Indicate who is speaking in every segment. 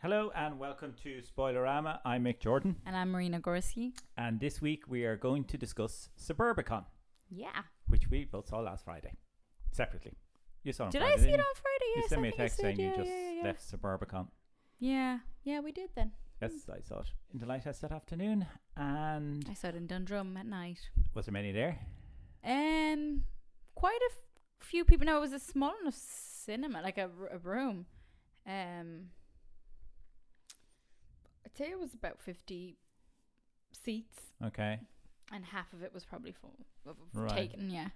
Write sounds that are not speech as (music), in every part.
Speaker 1: Hello and welcome to Spoilerama. I'm Mick Jordan,
Speaker 2: And I'm Marina Gorski.
Speaker 1: and this week we are going to discuss Suburbicon,
Speaker 2: Yeah.
Speaker 1: which we both saw last Friday, separately. You saw it. on
Speaker 2: Did
Speaker 1: Friday,
Speaker 2: I see it
Speaker 1: Oh, didn't
Speaker 2: on Friday?
Speaker 1: You,
Speaker 2: Yes,
Speaker 1: you sent
Speaker 2: I
Speaker 1: me a
Speaker 2: think I
Speaker 1: text
Speaker 2: said,
Speaker 1: saying
Speaker 2: yeah,
Speaker 1: you just
Speaker 2: yeah, yeah.
Speaker 1: left Suburbicon.
Speaker 2: Yeah, yeah, we did then.
Speaker 1: Yes, I saw it in the lighthouse that afternoon. And
Speaker 2: I saw it in Dundrum at night.
Speaker 1: was there many there?
Speaker 2: Um, quite a f- few people. No, it was a small enough cinema, like a, r- a room. Um, I'd say it was about fifty seats,
Speaker 1: Okay,
Speaker 2: and half of it was probably full, f- f-
Speaker 1: Right.
Speaker 2: taken. Yeah.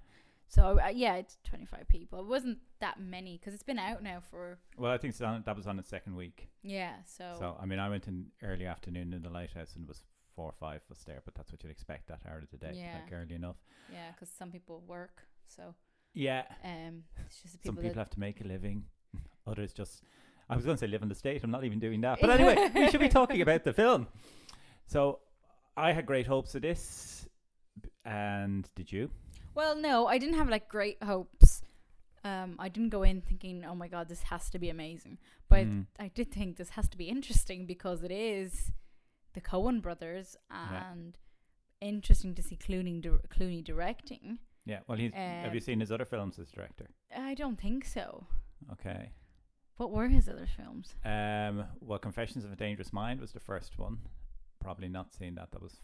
Speaker 2: So uh, yeah, it's twenty five people. It wasn't that many because it's been out now for
Speaker 1: well, I think it's on- that was on its second week.
Speaker 2: yeah.
Speaker 1: So I mean, I went in early afternoon in the lighthouse and it was four or five was there, but that's what you'd expect that hour of the day,
Speaker 2: Yeah.
Speaker 1: like early enough.
Speaker 2: Yeah, because some people work, so
Speaker 1: Yeah,
Speaker 2: um, it's just the
Speaker 1: Some
Speaker 2: people.
Speaker 1: people
Speaker 2: that
Speaker 1: have to make a living. (laughs) Others just, I was going to say live in the state. I'm not even doing
Speaker 2: (laughs)
Speaker 1: that. But anyway, we should be talking about the film. So I had great hopes of this. b- And did you?
Speaker 2: well, no, I didn't have like great hopes. Um, I didn't go in thinking, "Oh my god, this has to be amazing," but I-
Speaker 1: Mm.
Speaker 2: I did think this has to be interesting because it is the Cohen brothers
Speaker 1: Yeah.
Speaker 2: and interesting to see Clooney dir- Clooney directing.
Speaker 1: Yeah. Well, he's, have you
Speaker 2: Um,
Speaker 1: seen his other films as director?
Speaker 2: I don't think so.
Speaker 1: Okay.
Speaker 2: What were his other films?
Speaker 1: Um, well, Confessions of a Dangerous Mind was the first one. Probably not seen that. That was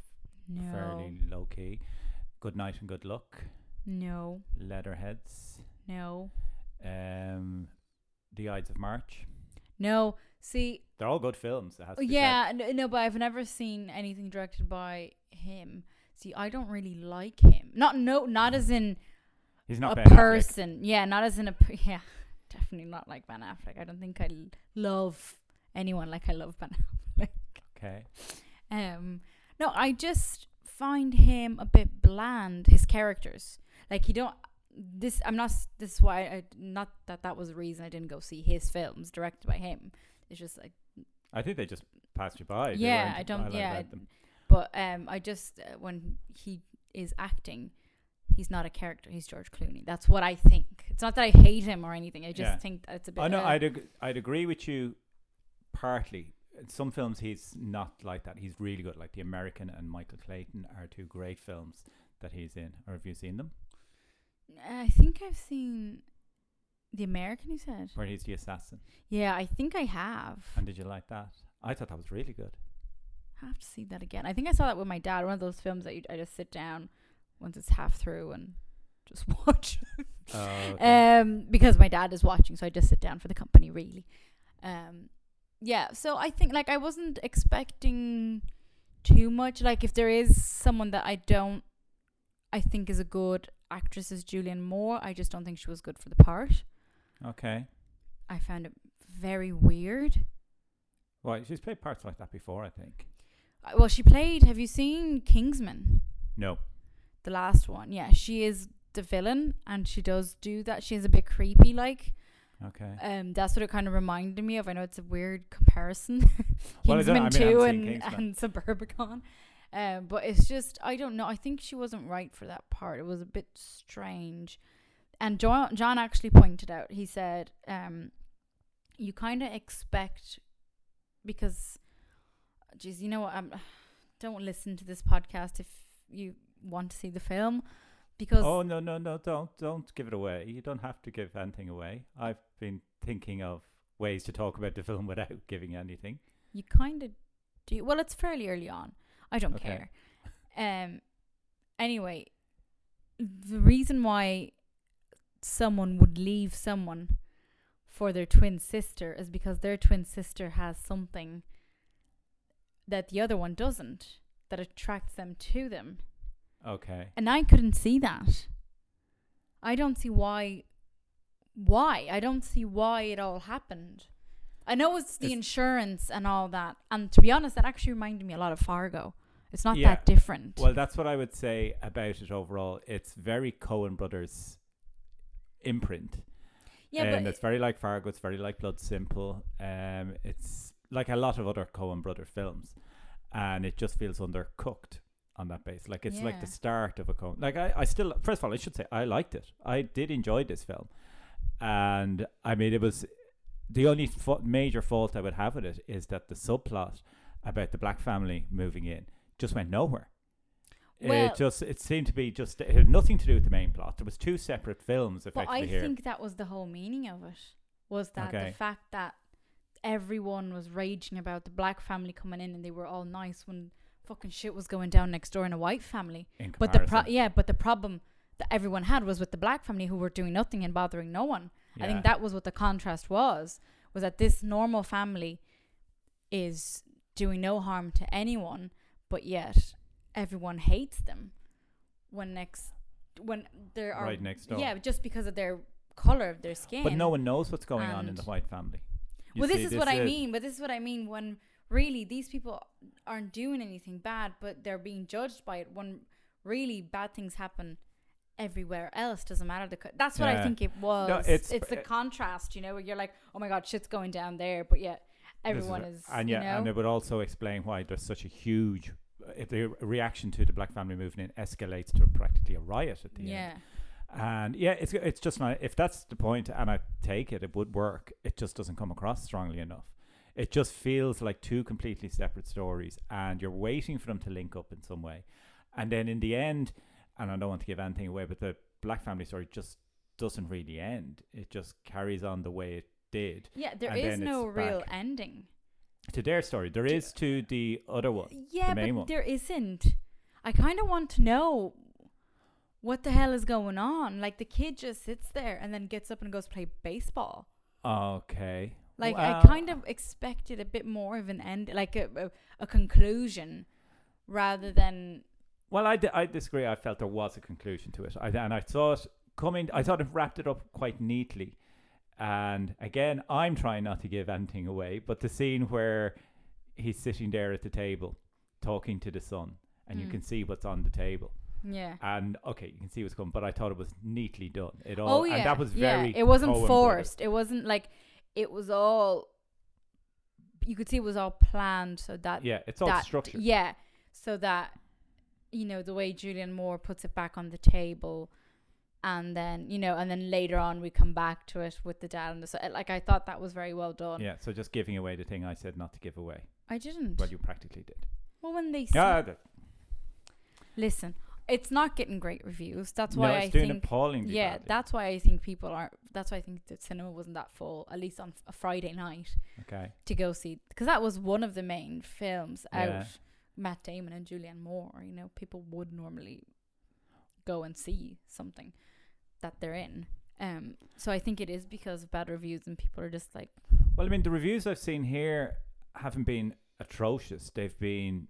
Speaker 2: No,
Speaker 1: fairly low key. Good Night and Good Luck.
Speaker 2: no,
Speaker 1: Leatherheads.
Speaker 2: no,
Speaker 1: Um, the Ides of March.
Speaker 2: no. See,
Speaker 1: They're all good films. It has to be said.
Speaker 2: Oh, Yeah, no, no, but I've never seen anything directed by him. See, I don't really like him. Not no, not as in
Speaker 1: He's not
Speaker 2: a
Speaker 1: Ben Affleck.
Speaker 2: person. Yeah, not as in a per- (laughs) yeah, definitely not like Ben Affleck. I don't think I l- love anyone like I love Ben (laughs)
Speaker 1: Okay.
Speaker 2: Affleck. Um, no, I just find him a bit bland. His characters, like he don't. This I'm not. s- This is why I not that that was the reason I didn't go see his films directed by him. It's just like.
Speaker 1: I think they just passed you by. They
Speaker 2: Yeah,
Speaker 1: weren't
Speaker 2: I don't-
Speaker 1: violent
Speaker 2: yeah,
Speaker 1: about
Speaker 2: I-
Speaker 1: them.
Speaker 2: But um, I just uh, when he is acting, he's not a character. He's George Clooney. That's what I think. It's not that I hate him or anything. I just
Speaker 1: Yeah.
Speaker 2: think that it's a bit.
Speaker 1: I know.
Speaker 2: uh,
Speaker 1: Oh, I'd ag- I'd agree with you partly. In some films, he's not like that. He's really good. Like The American and Michael Clayton are two great films that he's in. Or have you seen them?
Speaker 2: I think I've seen the American. You said.
Speaker 1: Where he's the assassin.
Speaker 2: Yeah, I think I have.
Speaker 1: And did you like that? I thought that was really good.
Speaker 2: (laughs) I have to see that again. I think I saw that with my dad. One of those films that you, I just sit down once it's half through and just (laughs) watch.
Speaker 1: Oh,
Speaker 2: um, because my dad is watching, so I just sit down for the company, really. Um, yeah, so I think like I wasn't expecting too much. Like if there is someone that I don't, I think is a good actress is Julianne Moore. I just don't think she was good for the part.
Speaker 1: okay.
Speaker 2: I found it very weird.
Speaker 1: Well, she's played parts like that before, I think.
Speaker 2: Uh, Well, she played. Have you seen Kingsman?
Speaker 1: No.
Speaker 2: the last one. Yeah, she is the villain and she does do that. She is a bit creepy like.
Speaker 1: Okay.
Speaker 2: Um that's what it kind of reminded me of. I know it's a weird comparison. (laughs)
Speaker 1: Well, I don't-
Speaker 2: Kingsman
Speaker 1: I mean, I
Speaker 2: 2
Speaker 1: haven't
Speaker 2: and,
Speaker 1: seen Kingsman.
Speaker 2: and Suburbicon. Um but it's just I don't know. I think she wasn't right for that part. It was a bit strange. And John John actually pointed out. He said um you kind of expect because geez, you know what? I'm, (sighs) don't listen to this podcast if you want to see the film because
Speaker 1: Oh no no no! Don't don't give it away. You don't have to give anything away. I've been thinking of ways to talk about the (laughs) film without giving anything.
Speaker 2: you kind of do. Well, it's fairly early on. I don't
Speaker 1: Okay.
Speaker 2: care. Um. Anyway, the reason why someone would leave someone for their twin sister is because their twin sister has something that the other one doesn't that attracts them to them.
Speaker 1: Okay.
Speaker 2: And I couldn't see that. I don't see why. Why? I don't see why it all happened. I know it's the
Speaker 1: It's-
Speaker 2: insurance and all that. And to be honest, that actually reminded me a lot of Fargo. It's not
Speaker 1: Yeah.
Speaker 2: that different.
Speaker 1: Well, that's what I would say about it overall. It's very Cohen Brothers imprint.
Speaker 2: yeah,
Speaker 1: um,
Speaker 2: but
Speaker 1: it's very like Fargo. It's very like Blood Simple. Um, it's like a lot of other Cohen Brother films, and it just feels undercooked on that base. Like it's like the
Speaker 2: Yeah.
Speaker 1: start of a Cohen. Like I, I still first of all, I should say I liked it. I did enjoy this film, and I mean it was the only fa- major fault I would have with it is that the subplot about the black family moving in just went nowhere.
Speaker 2: Well-
Speaker 1: it just it seemed to be just it had nothing to do with the main plot. There was two separate films
Speaker 2: But
Speaker 1: effectively
Speaker 2: I
Speaker 1: here.
Speaker 2: think that was the whole meaning of it. Was that
Speaker 1: Okay.
Speaker 2: the fact that everyone was raging about the black family coming in and they were all nice when fucking shit was going down next door in a white family.
Speaker 1: in
Speaker 2: But the pro-
Speaker 1: comparison.
Speaker 2: yeah, but the problem that everyone had was with the black family who were doing nothing and bothering no one. I
Speaker 1: Yeah.
Speaker 2: think that was what the contrast was was that this normal family is doing no harm to anyone, but yet everyone hates them when next when there are
Speaker 1: Right next door.
Speaker 2: Yeah, just because of their color of their skin.
Speaker 1: But no one knows what's going on in
Speaker 2: and-
Speaker 1: the white family. You
Speaker 2: well, this
Speaker 1: see,
Speaker 2: is what I mean. But this is what I mean when really these people aren't doing anything bad, but they're being judged by it. When really bad things happen everywhere else, doesn't matter. The co- that's what I
Speaker 1: Yeah.
Speaker 2: think it was.
Speaker 1: it's-
Speaker 2: it's, the contrast, you know, where you're like, oh my god, shit's going down there, but yet
Speaker 1: this
Speaker 2: everyone is,
Speaker 1: and
Speaker 2: you
Speaker 1: yeah,
Speaker 2: know.
Speaker 1: and it would also explain why there's such a huge uh, if the reaction to the black family moving in escalates to practically a riot at the end.
Speaker 2: yeah,
Speaker 1: And yeah, it's it's just not if that's the point, and I take it, it would work. It just doesn't come across strongly enough. It just feels like two completely separate stories, and you're waiting for them to link up in some way. And then in the end, and I don't want to give anything away, but the Black Family story just doesn't really end. It just carries on the way it did
Speaker 2: yeah. There
Speaker 1: and
Speaker 2: is
Speaker 1: then
Speaker 2: no
Speaker 1: it's
Speaker 2: real
Speaker 1: back.
Speaker 2: ending.
Speaker 1: to their story. There is to the other one.
Speaker 2: Yeah,
Speaker 1: main
Speaker 2: but
Speaker 1: one.
Speaker 2: there isn't. I kind of want to know what the hell is going on. Like the kid just sits there and then gets up and goes play baseball.
Speaker 1: Okay.
Speaker 2: Like
Speaker 1: Well,
Speaker 2: I kind of expected a bit more of an end, like a a, a conclusion, rather than
Speaker 1: Well, I, di- I disagree. I felt there was a conclusion to it. I, and I thought coming, I thought it wrapped it up quite neatly. And again, I'm trying not to give anything away, but the scene where he's sitting there at the table talking to the son, and you
Speaker 2: Mm.
Speaker 1: can see what's on the table.
Speaker 2: yeah.
Speaker 1: And okay, you can see what's coming, but I thought it was neatly done. It all,
Speaker 2: Oh yeah,
Speaker 1: and that was very.
Speaker 2: yeah. It wasn't
Speaker 1: Coen Brothers.
Speaker 2: forced. It wasn't like it was all. You could see it was all planned, so that
Speaker 1: Yeah, it's all
Speaker 2: that
Speaker 1: structured.
Speaker 2: yeah, so that you know the way Julian Moore puts it back on the table, and then you know, and then later on we come back to it with the dad and the son. Like I thought that was very well done.
Speaker 1: Yeah, so just giving away the thing I said not to give away.
Speaker 2: I didn't.
Speaker 1: Well, you practically did.
Speaker 2: well, when they
Speaker 1: Yeah, that-
Speaker 2: Listen, it's not getting great reviews. That's
Speaker 1: no,
Speaker 2: why
Speaker 1: it's
Speaker 2: I
Speaker 1: doing
Speaker 2: think.
Speaker 1: appallingly
Speaker 2: Yeah,
Speaker 1: badly.
Speaker 2: that's why I think people aren't. That's why I think the cinema wasn't that full, at least on a Friday night
Speaker 1: okay.
Speaker 2: to go see, because that was one of the main films
Speaker 1: Yeah.
Speaker 2: out. Matt Damon and Julianne Moore. You know, people would normally go and see something that they're in. Um, so I think it is because of bad reviews and people are just like,
Speaker 1: Well, I mean, the reviews I've seen here haven't been atrocious. They've been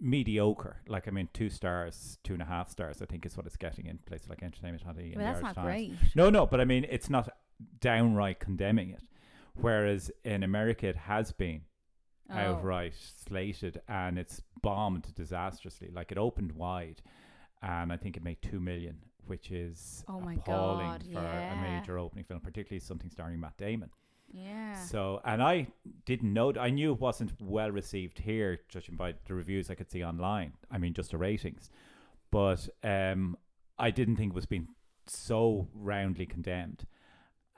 Speaker 1: mediocre. Like, I mean, two stars, two and a half stars, I think is what it's getting in places like Entertainment Honey. and the
Speaker 2: well, that's
Speaker 1: Irish
Speaker 2: not
Speaker 1: Times.
Speaker 2: great.
Speaker 1: No, no, but I mean, it's not downright condemning it. Whereas in America, it has been
Speaker 2: Oh.
Speaker 1: outright slated and it's bombed disastrously. Like, it opened wide and I think it made two million, which is
Speaker 2: Oh my
Speaker 1: appalling
Speaker 2: God,
Speaker 1: for a
Speaker 2: yeah.
Speaker 1: major opening film, particularly something starring Matt Damon.
Speaker 2: Yeah.
Speaker 1: So, and I didn't know, I knew it wasn't well received here, judging by the reviews I could see online. I mean, just the ratings. But um, I didn't think it was being so roundly condemned.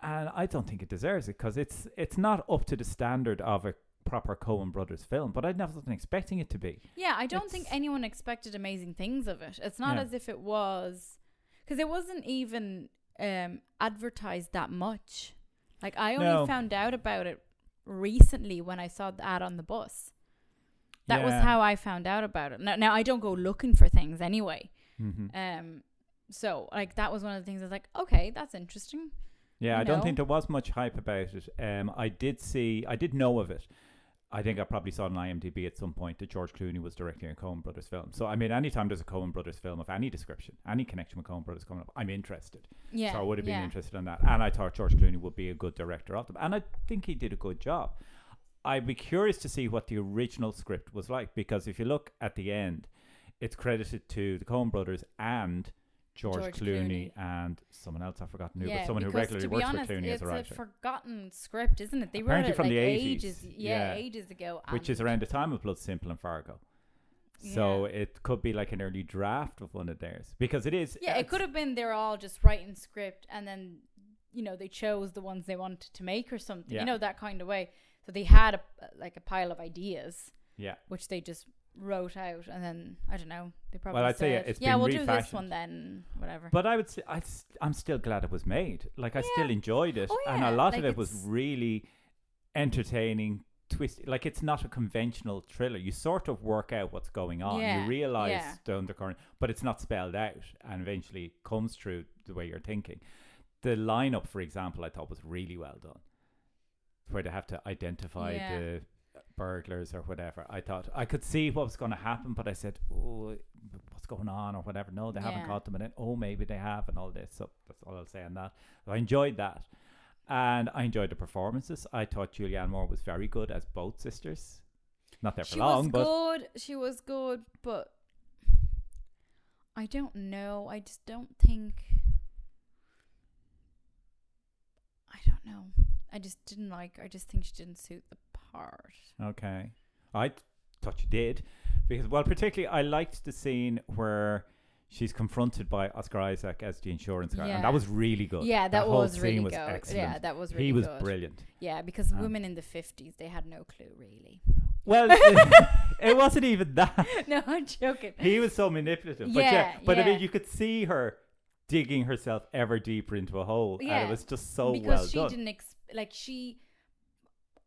Speaker 1: And I don't think it deserves it because it's it's not up to the standard of a proper Coen Brothers film, but I never wasn't expecting it to be.
Speaker 2: Yeah, I don't think
Speaker 1: It's-
Speaker 2: anyone expected amazing things of it. It's not
Speaker 1: Yeah.
Speaker 2: as if it was because it wasn't even um, advertised that much. Like I only
Speaker 1: No.
Speaker 2: found out about it recently when I saw the ad on the bus. That was
Speaker 1: Yeah.
Speaker 2: how I found out about it. Now, now I don't go looking for things anyway.
Speaker 1: Mhm.
Speaker 2: Um, so like that was one of the things I was like, okay, that's interesting.
Speaker 1: Yeah,
Speaker 2: you
Speaker 1: I don't
Speaker 2: know.
Speaker 1: think there was much hype about it. Um, I did see, I did know of it. I think I probably saw it on IMDb at some point that George Clooney was directing a Coen Brothers film. So I mean, anytime there's a Coen Brothers film of any description, any connection with Coen Brothers coming up, I'm interested.
Speaker 2: Yeah,
Speaker 1: so I would have been
Speaker 2: yeah.
Speaker 1: interested in that. And I thought George Clooney would be a good director of them, and I think he did a good job. I'd be curious to see what the original script was like because if you look at the end, it's credited to the Coen Brothers and. George,
Speaker 2: George
Speaker 1: Clooney, and someone else I've forgotten who,
Speaker 2: Yeah,
Speaker 1: but someone who
Speaker 2: because
Speaker 1: regularly
Speaker 2: to be
Speaker 1: works
Speaker 2: honest,
Speaker 1: with Clooney as
Speaker 2: it's
Speaker 1: a writer.
Speaker 2: forgotten script, isn't it? They
Speaker 1: Apparently
Speaker 2: wrote it
Speaker 1: from
Speaker 2: like
Speaker 1: the 80s,
Speaker 2: ages,
Speaker 1: yeah.
Speaker 2: yeah, ages ago.
Speaker 1: which is
Speaker 2: and-
Speaker 1: around the time of Blood Simple and Fargo. So it could be like an early draft of one of theirs because it is.
Speaker 2: Yeah, it
Speaker 1: it's-
Speaker 2: could have been they're all just writing script and then you know, they chose the ones they wanted to make or something,
Speaker 1: Yeah.
Speaker 2: you know, that kind of way. So they had a, like a pile of ideas,
Speaker 1: Yeah.
Speaker 2: which they just wrote out, and then I don't know, they probably.
Speaker 1: Well, I'd say
Speaker 2: said,
Speaker 1: it's
Speaker 2: yeah,
Speaker 1: been
Speaker 2: we'll do this
Speaker 1: refashioned.
Speaker 2: one then, whatever.
Speaker 1: But I would say I am still glad it was made. Like I still
Speaker 2: Yeah.
Speaker 1: enjoyed it,
Speaker 2: Oh,
Speaker 1: and a
Speaker 2: yeah.
Speaker 1: lot
Speaker 2: Like,
Speaker 1: of it was
Speaker 2: it's-
Speaker 1: really entertaining, twisty. Like it's not a conventional thriller. You sort of work out what's going on.
Speaker 2: Yeah,
Speaker 1: You realize
Speaker 2: yeah.
Speaker 1: the undercurrent, but it's not spelled out, and eventually comes through the way you're thinking. The lineup, for example, I thought was really well done, where they have to identify
Speaker 2: Yeah.
Speaker 1: the burglars or whatever. I thought I could see what was going to happen, but I said, "Oh, what's going on?" or whatever. No, they haven't
Speaker 2: Yeah.
Speaker 1: caught them, and then oh, maybe they have, and all this. So that's all I'll say on that. I enjoyed that, and I enjoyed the performances. I thought Julianne Moore was very good as both sisters. Not there for
Speaker 2: she
Speaker 1: long,
Speaker 2: was
Speaker 1: but
Speaker 2: good. She was good, but I don't know. I just don't think. I don't know. I just didn't like. I just think she didn't suit the part.
Speaker 1: Okay. I th- thought you did. Because, well, particularly, I liked the scene where she's confronted by Oscar Isaac as the insurance guy. And
Speaker 2: Yeah.
Speaker 1: that was really good.
Speaker 2: Yeah, that,
Speaker 1: whole
Speaker 2: was
Speaker 1: scene
Speaker 2: really
Speaker 1: was
Speaker 2: good.
Speaker 1: excellent.
Speaker 2: Yeah, that was really
Speaker 1: he was
Speaker 2: good.
Speaker 1: brilliant.
Speaker 2: Yeah, because
Speaker 1: Um,
Speaker 2: women in the fifties they had no clue really. (laughs)
Speaker 1: Well, (laughs) it, wasn't even that.
Speaker 2: no, I'm joking.
Speaker 1: He was so manipulative. But yeah,
Speaker 2: Yeah,
Speaker 1: but I mean,
Speaker 2: yeah.
Speaker 1: you could see her digging herself ever deeper into a hole. And
Speaker 2: Yeah,
Speaker 1: it was just so
Speaker 2: because
Speaker 1: well
Speaker 2: she
Speaker 1: done.
Speaker 2: didn't ex- like she.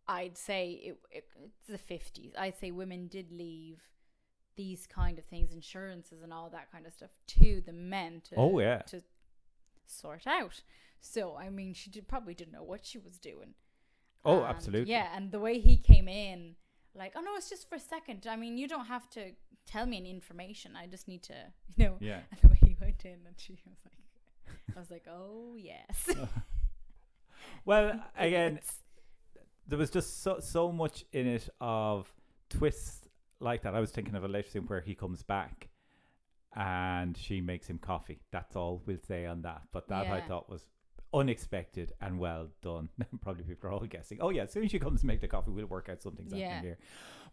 Speaker 2: I'd say it, it, it's the fifties. I'd say women did leave these kind of things, insurances and all that kind of stuff, to the men to
Speaker 1: Oh, yeah.
Speaker 2: to sort out. So I mean, she did, probably didn't know what she was doing.
Speaker 1: oh,
Speaker 2: And,
Speaker 1: absolutely.
Speaker 2: Um, Yeah, and the way he came in, like, oh no, it's just for a second. I mean, you don't have to tell me any information. I just need to, you know.
Speaker 1: Yeah.
Speaker 2: (laughs) And the way he went in, and she was like, I was like, oh yes.
Speaker 1: Well, (laughs) again,
Speaker 2: It's-
Speaker 1: there was just so so much in it of twists like that. I was thinking of a later scene where he comes back and she makes him coffee. That's all we'll say on that. But that I
Speaker 2: Yeah.
Speaker 1: thought was unexpected and well done. (laughs) Probably people are all guessing. Oh yeah, as soon as she comes to make the coffee, we'll work out something's
Speaker 2: Yeah.
Speaker 1: happening here.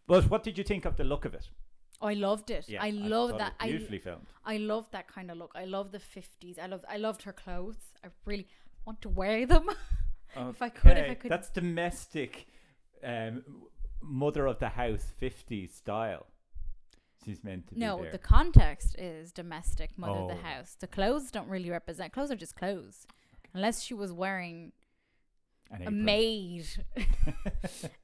Speaker 1: But what did you think of the look of it?
Speaker 2: oh, I loved it. I love
Speaker 1: thought
Speaker 2: that.
Speaker 1: It was
Speaker 2: I
Speaker 1: beautifully filmed.
Speaker 2: I love that kind of look. I love the fifties. I love I loved her clothes. I really want to wear them. (laughs) if I could, if I
Speaker 1: Okay,
Speaker 2: could.
Speaker 1: That's domestic, um, mother of the house '50s style. She's meant to be
Speaker 2: no,
Speaker 1: there.
Speaker 2: the context is domestic mother of
Speaker 1: Oh.
Speaker 2: the house. The clothes don't really represent. Clothes are just clothes, unless she was wearing
Speaker 1: An
Speaker 2: a
Speaker 1: apron.
Speaker 2: maid (laughs)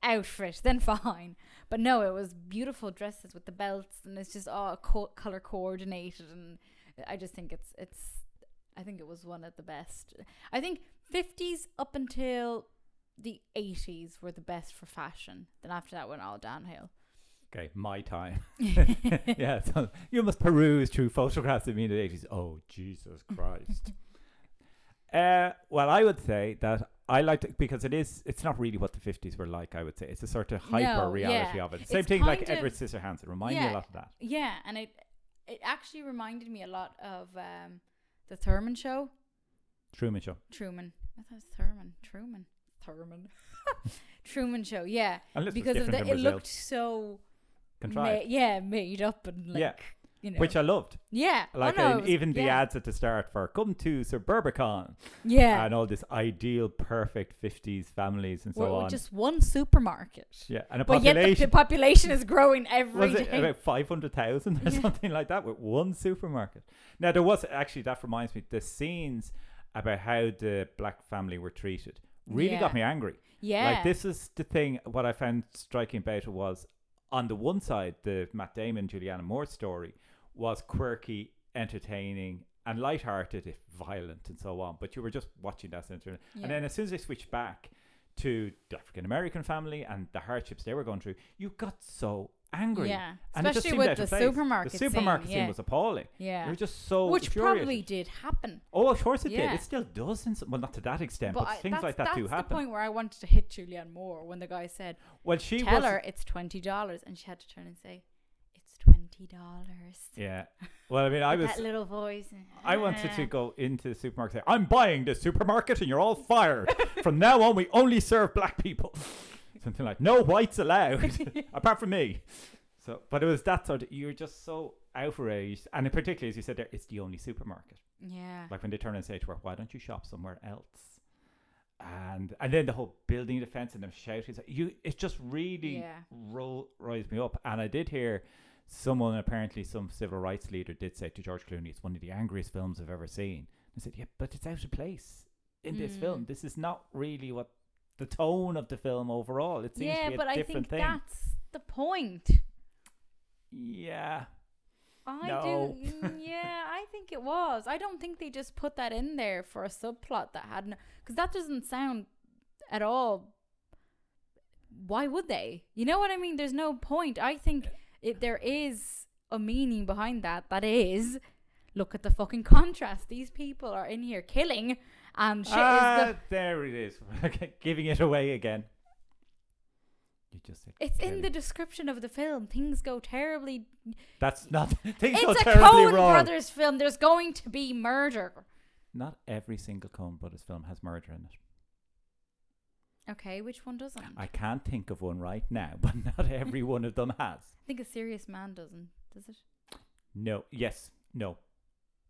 Speaker 2: outfit, then fine. But no, it was beautiful dresses with the belts, and it's just all co- color coordinated, and I just think it's it's. I think it was one of the best. I think fifties up until the eighties were the best for fashion. Then after that went all downhill.
Speaker 1: Okay, my
Speaker 2: (laughs)
Speaker 1: time. (laughs) yeah, so you must peruse through photographs of me in the eighties. Oh, Jesus Christ.
Speaker 2: (laughs)
Speaker 1: uh, well, I would say that I liked it because it is. It's not really what the fifties were like. I would say it's a sort of
Speaker 2: No, yeah.
Speaker 1: hyper reality of it. Same
Speaker 2: It's
Speaker 1: thing like
Speaker 2: kind of-
Speaker 1: Edward Scissorhands. It reminded me
Speaker 2: Yeah.
Speaker 1: a lot of that.
Speaker 2: Yeah, and it it actually reminded me a lot of um, the Thurman show.
Speaker 1: Truman Show.
Speaker 2: Truman. I thought it was Thurman. Truman. Thurman. (laughs) Truman show. Yeah.
Speaker 1: Unless
Speaker 2: because
Speaker 1: it was
Speaker 2: of the,
Speaker 1: different
Speaker 2: it
Speaker 1: in Brazil.
Speaker 2: looked so ma-
Speaker 1: Contrived.
Speaker 2: yeah made up and like
Speaker 1: Yeah.
Speaker 2: you know
Speaker 1: Which I loved.
Speaker 2: yeah oh
Speaker 1: Like
Speaker 2: no,
Speaker 1: in-
Speaker 2: it was-
Speaker 1: even the
Speaker 2: yeah.
Speaker 1: ads at the start for "Come to Sir Burbicon"
Speaker 2: yeah
Speaker 1: and all this ideal, perfect fifties families and so
Speaker 2: We're- we're
Speaker 1: on.
Speaker 2: just one supermarket
Speaker 1: yeah, and a
Speaker 2: but yet the,
Speaker 1: population
Speaker 2: the population is growing every
Speaker 1: was
Speaker 2: day.
Speaker 1: it about 500,000 or
Speaker 2: Yeah.
Speaker 1: something like that with one supermarket? Now, there was actually, that reminds me, the scenes about how the black family were treated really got
Speaker 2: Yeah.
Speaker 1: me angry.
Speaker 2: yeah
Speaker 1: Like, this is the thing, what I found striking about it was on the one side, the Matt Damon, Juliana Moore story was quirky, entertaining, and lighthearted, if violent, and so on. But you were just watching that center.
Speaker 2: Yeah.
Speaker 1: And then as soon as they switched back, to the African American family and the hardships they were going through, you got so angry.
Speaker 2: Yeah.
Speaker 1: and it just
Speaker 2: Especially
Speaker 1: seemed
Speaker 2: with
Speaker 1: out of
Speaker 2: the
Speaker 1: place.
Speaker 2: supermarket
Speaker 1: The
Speaker 2: scene,
Speaker 1: supermarket scene
Speaker 2: yeah.
Speaker 1: was appalling.
Speaker 2: Yeah.
Speaker 1: you were just so
Speaker 2: which
Speaker 1: infuriated.
Speaker 2: probably did happen
Speaker 1: Oh, of course it
Speaker 2: Yeah.
Speaker 1: did. It still does, in some, well, not to that extent, but,
Speaker 2: I-
Speaker 1: things
Speaker 2: that's,
Speaker 1: like that
Speaker 2: that's
Speaker 1: do
Speaker 2: the
Speaker 1: happen.
Speaker 2: point where I wanted to hit Julianne Moore when the guy said
Speaker 1: Well, she
Speaker 2: tell
Speaker 1: was.
Speaker 2: her it's twenty dollars and she had to turn and say it's twenty dollars
Speaker 1: Yeah. Well, I mean, I was.
Speaker 2: that little voice Uh-huh.
Speaker 1: I wanted to go into the supermarket. and say, I'm buying this supermarket, and you're all fired. From now on, we only serve black people. Something like no whites allowed, apart from me. So, but it was that sort. Of, you're just so outraged, and in particular, as you said, there, it's the only supermarket.
Speaker 2: yeah
Speaker 1: Like when they turn and say to her, "Why don't you shop somewhere else?" and and then the whole building defense and them shouting. You, it just really
Speaker 2: Yeah.
Speaker 1: roll rise me up. And I did hear someone, apparently some civil rights leader, did say to George Clooney, "It's one of the angriest films I've ever seen." I said, "Yeah, but it's out of place in this film.
Speaker 2: Mm.
Speaker 1: This is not really what the tone of the film overall. It seems to
Speaker 2: Yeah,
Speaker 1: be a
Speaker 2: but I
Speaker 1: different
Speaker 2: think
Speaker 1: thing."
Speaker 2: that's the point.
Speaker 1: yeah,
Speaker 2: I
Speaker 1: No.
Speaker 2: do. mm, yeah, I think it was. I don't think they just put that in there for a subplot that had no. Because that doesn't sound at all. Why would they? You know what I mean? There's no point. I think it, there is a meaning behind that. That is, look at the fucking contrast. These people are in here killing, and shit
Speaker 1: ah,
Speaker 2: is the.
Speaker 1: there it is. (laughs) Okay, Giving it away again. You just said
Speaker 2: It's in
Speaker 1: Kelly.
Speaker 2: the description of the film. Things go terribly.
Speaker 1: That's not (laughs) things go
Speaker 2: It's a
Speaker 1: terribly
Speaker 2: Coen
Speaker 1: wrong.
Speaker 2: Brothers film. There's going to be murder.
Speaker 1: Not every single Coen Brothers film has murder in it.
Speaker 2: Okay, which one doesn't?
Speaker 1: I can't think of one right now, (laughs) but not every one of them has.
Speaker 2: I think a serious man doesn't, does it?
Speaker 1: No. Yes. No.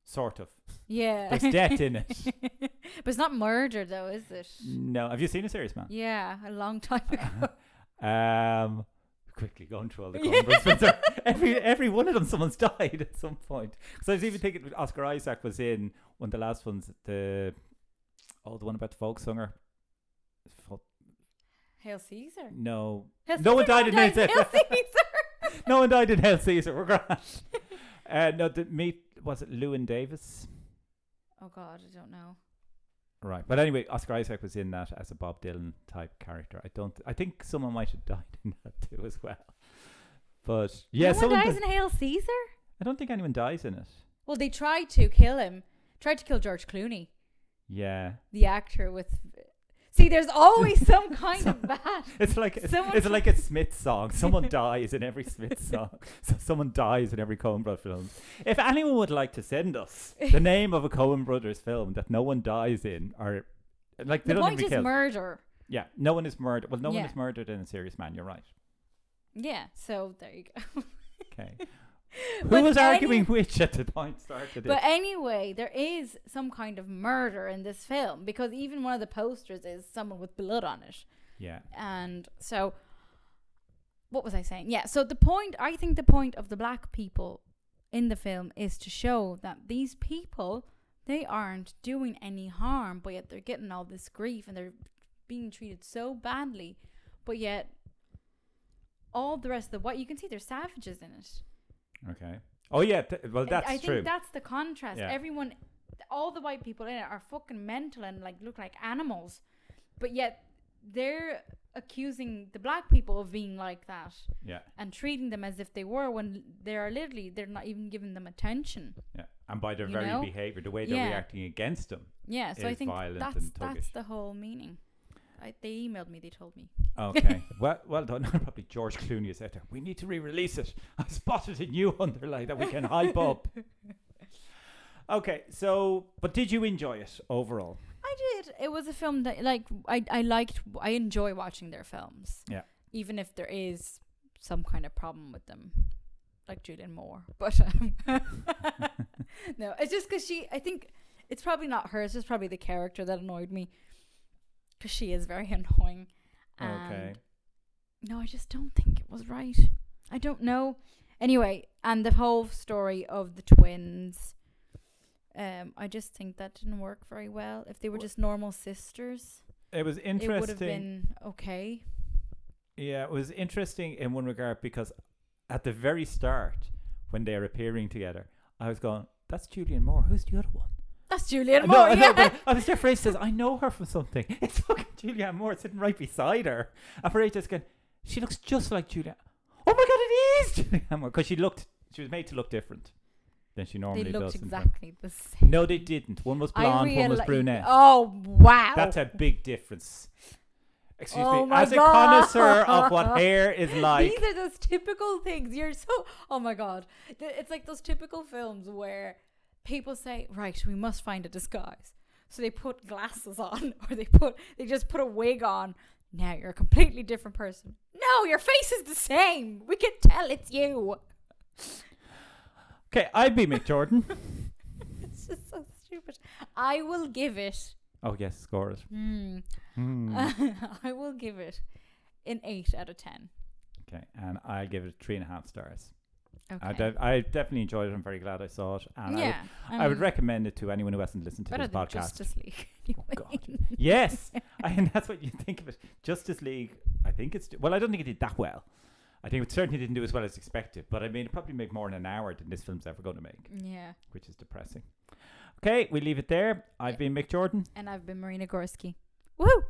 Speaker 1: Sort of.
Speaker 2: Yeah.
Speaker 1: There's death in it.
Speaker 2: (laughs) but it's not murder, though, is it?
Speaker 1: No. Have you seen a serious man?
Speaker 2: Yeah, a long time
Speaker 1: Uh-huh.
Speaker 2: ago. (laughs)
Speaker 1: Um. Quickly going through all the Coen Brothers films. There- Every every one of them, someone's (laughs) died at some point. So I was even thinking Oscar Isaac was in one of the last ones. The oh, the one about the folk singer. Folk-
Speaker 2: Hail Caesar.
Speaker 1: No,
Speaker 2: Hail
Speaker 1: No one
Speaker 2: Caesar,
Speaker 1: died in
Speaker 2: dies.
Speaker 1: Nancy.
Speaker 2: Hail
Speaker 1: (laughs)
Speaker 2: Caesar.
Speaker 1: no one died in Hell Caesar. (laughs) We're grand. Uh, no, the meet was it Lewin Davis,
Speaker 2: Oh God, I don't know.
Speaker 1: right? But anyway, Oscar Isaac was in that as a Bob Dylan type character. I don't. I think someone might have died (laughs) in that too as well. But yeah,
Speaker 2: no one
Speaker 1: someone.
Speaker 2: dies
Speaker 1: di-
Speaker 2: in Hail Caesar.
Speaker 1: I don't think anyone dies in it.
Speaker 2: Well, they tried to kill him. Tried to kill George Clooney,
Speaker 1: Yeah,
Speaker 2: the actor with. See, there's always some
Speaker 1: (laughs)
Speaker 2: kind of bad.
Speaker 1: it's like it's,
Speaker 2: Someone-
Speaker 1: it's like a Smith song.
Speaker 2: (laughs)
Speaker 1: Someone dies in every Smith song. So someone dies in every Coen Brothers film. If anyone would like to send us
Speaker 2: (laughs)
Speaker 1: the name of a Coen Brothers film that no one dies in, or like they
Speaker 2: The
Speaker 1: don't
Speaker 2: point
Speaker 1: even
Speaker 2: is
Speaker 1: kill.
Speaker 2: murder.
Speaker 1: Yeah, no one is murdered. Well, no one
Speaker 2: Yeah.
Speaker 1: is murdered in a serious man. You're right.
Speaker 2: Yeah. So there you go. (laughs)
Speaker 1: Okay. Who
Speaker 2: But
Speaker 1: was
Speaker 2: any-
Speaker 1: arguing which at the point started
Speaker 2: But
Speaker 1: it?
Speaker 2: anyway, there is some kind of murder in this film because even one of the posters is someone with blood on it.
Speaker 1: Yeah.
Speaker 2: And so, what was I saying? Yeah, so the point, I think the point of the black people in the film is to show that these people, they aren't doing any harm, but yet they're getting all this grief and they're being treated so badly, but yet all the rest of the white, you can see there's savages in it.
Speaker 1: Okay. Oh yeah. Th- well,
Speaker 2: I-
Speaker 1: that's
Speaker 2: I think
Speaker 1: true.
Speaker 2: that's the contrast.
Speaker 1: Yeah.
Speaker 2: Everyone, all the white people in it are fucking mental and like look like animals, but yet they're accusing the black people of being like that
Speaker 1: yeah.
Speaker 2: and treating them as if they were when they are literally they're not even giving them attention.
Speaker 1: Yeah. And by their
Speaker 2: You
Speaker 1: very
Speaker 2: know?
Speaker 1: behavior, the way they're
Speaker 2: Yeah.
Speaker 1: reacting against
Speaker 2: (laughs)
Speaker 1: them.
Speaker 2: Yeah, so I
Speaker 1: Is
Speaker 2: think
Speaker 1: violent
Speaker 2: that's
Speaker 1: and
Speaker 2: that's
Speaker 1: thuggish.
Speaker 2: the whole meaning. I, they emailed me. They told me.
Speaker 1: Okay. well, well done. (laughs) Probably George Clooney is out there. We need to re-release it. (laughs) I spotted a new underlay that we can hype
Speaker 2: (laughs)
Speaker 1: up. Okay. So, but did you enjoy it overall?
Speaker 2: I did. It was a film that like I I liked. I enjoy watching their films.
Speaker 1: Yeah.
Speaker 2: Even if there is some kind of problem with them, like Julian Moore. (laughs) But um, no, it's just because she. I think it's probably not her. It's just probably the character that annoyed me because she is very (laughs) annoying. And
Speaker 1: okay.
Speaker 2: No, I just don't think it was right. I don't know. Anyway, and the whole story of the twins. Um, I just think that didn't work very well. If they were
Speaker 1: Wh-
Speaker 2: just normal sisters,
Speaker 1: It was
Speaker 2: it
Speaker 1: interesting.
Speaker 2: would have been okay.
Speaker 1: Yeah, it was interesting in one regard because at the very start, when they're appearing together, I was going, "That's Julian Moore. Who's the other one?"
Speaker 2: That's Julian
Speaker 1: Uh, (laughs)
Speaker 2: Moore.
Speaker 1: I
Speaker 2: yeah.
Speaker 1: know, but I was there. for ages says, "I know her from something." (laughs) It's fucking Julianne Moore sitting right beside her, and for ages going, "She looks just like Julianne." Oh my god, it is Julianne Moore because she looked. She was made to look different than she normally
Speaker 2: they looked
Speaker 1: does. in film.
Speaker 2: exactly the same.
Speaker 1: No, they didn't. One was
Speaker 2: I
Speaker 1: blonde, one was
Speaker 2: reali-
Speaker 1: brunette.
Speaker 2: Oh wow!
Speaker 1: That's a big difference. Excuse
Speaker 2: Oh
Speaker 1: me.
Speaker 2: my
Speaker 1: As a
Speaker 2: God.
Speaker 1: connoisseur of what hair is like,
Speaker 2: (laughs) These are those typical things. You're so oh my god. Th- It's like those typical films where people say, Right, we must find a disguise. So they put glasses on (laughs) or they put they just put a wig on. Now you're a completely different person. No, your face is the same. We can tell it's you. (laughs)
Speaker 1: Okay, I'd be Mick Jordan.
Speaker 2: It's just so stupid. I will give it
Speaker 1: oh yes, score it.
Speaker 2: hmm, (laughs)
Speaker 1: Hmm.
Speaker 2: I will give it an eight out of ten.
Speaker 1: okay, and I'll give it three and a half stars.
Speaker 2: Okay.
Speaker 1: I, de- I definitely enjoyed it. I'm very glad I saw it, and I would
Speaker 2: yeah, um,
Speaker 1: I would recommend it to anyone who hasn't listened to
Speaker 2: better
Speaker 1: this
Speaker 2: than
Speaker 1: podcast. Oh,
Speaker 2: Justice League. (laughs) Anyway.
Speaker 1: God.
Speaker 2: (laughs)
Speaker 1: yes, (laughs) I- and that's what you think of it. Justice League, I think it's well, I don't think it did that well. I think it certainly didn't do as well as expected, but I mean, it probably made more in an hour than this film's ever going to make,
Speaker 2: yeah,
Speaker 1: which is depressing. Okay, we leave it there. I've been Mick Jordan.
Speaker 2: and I've been Marina Gorski. Woo!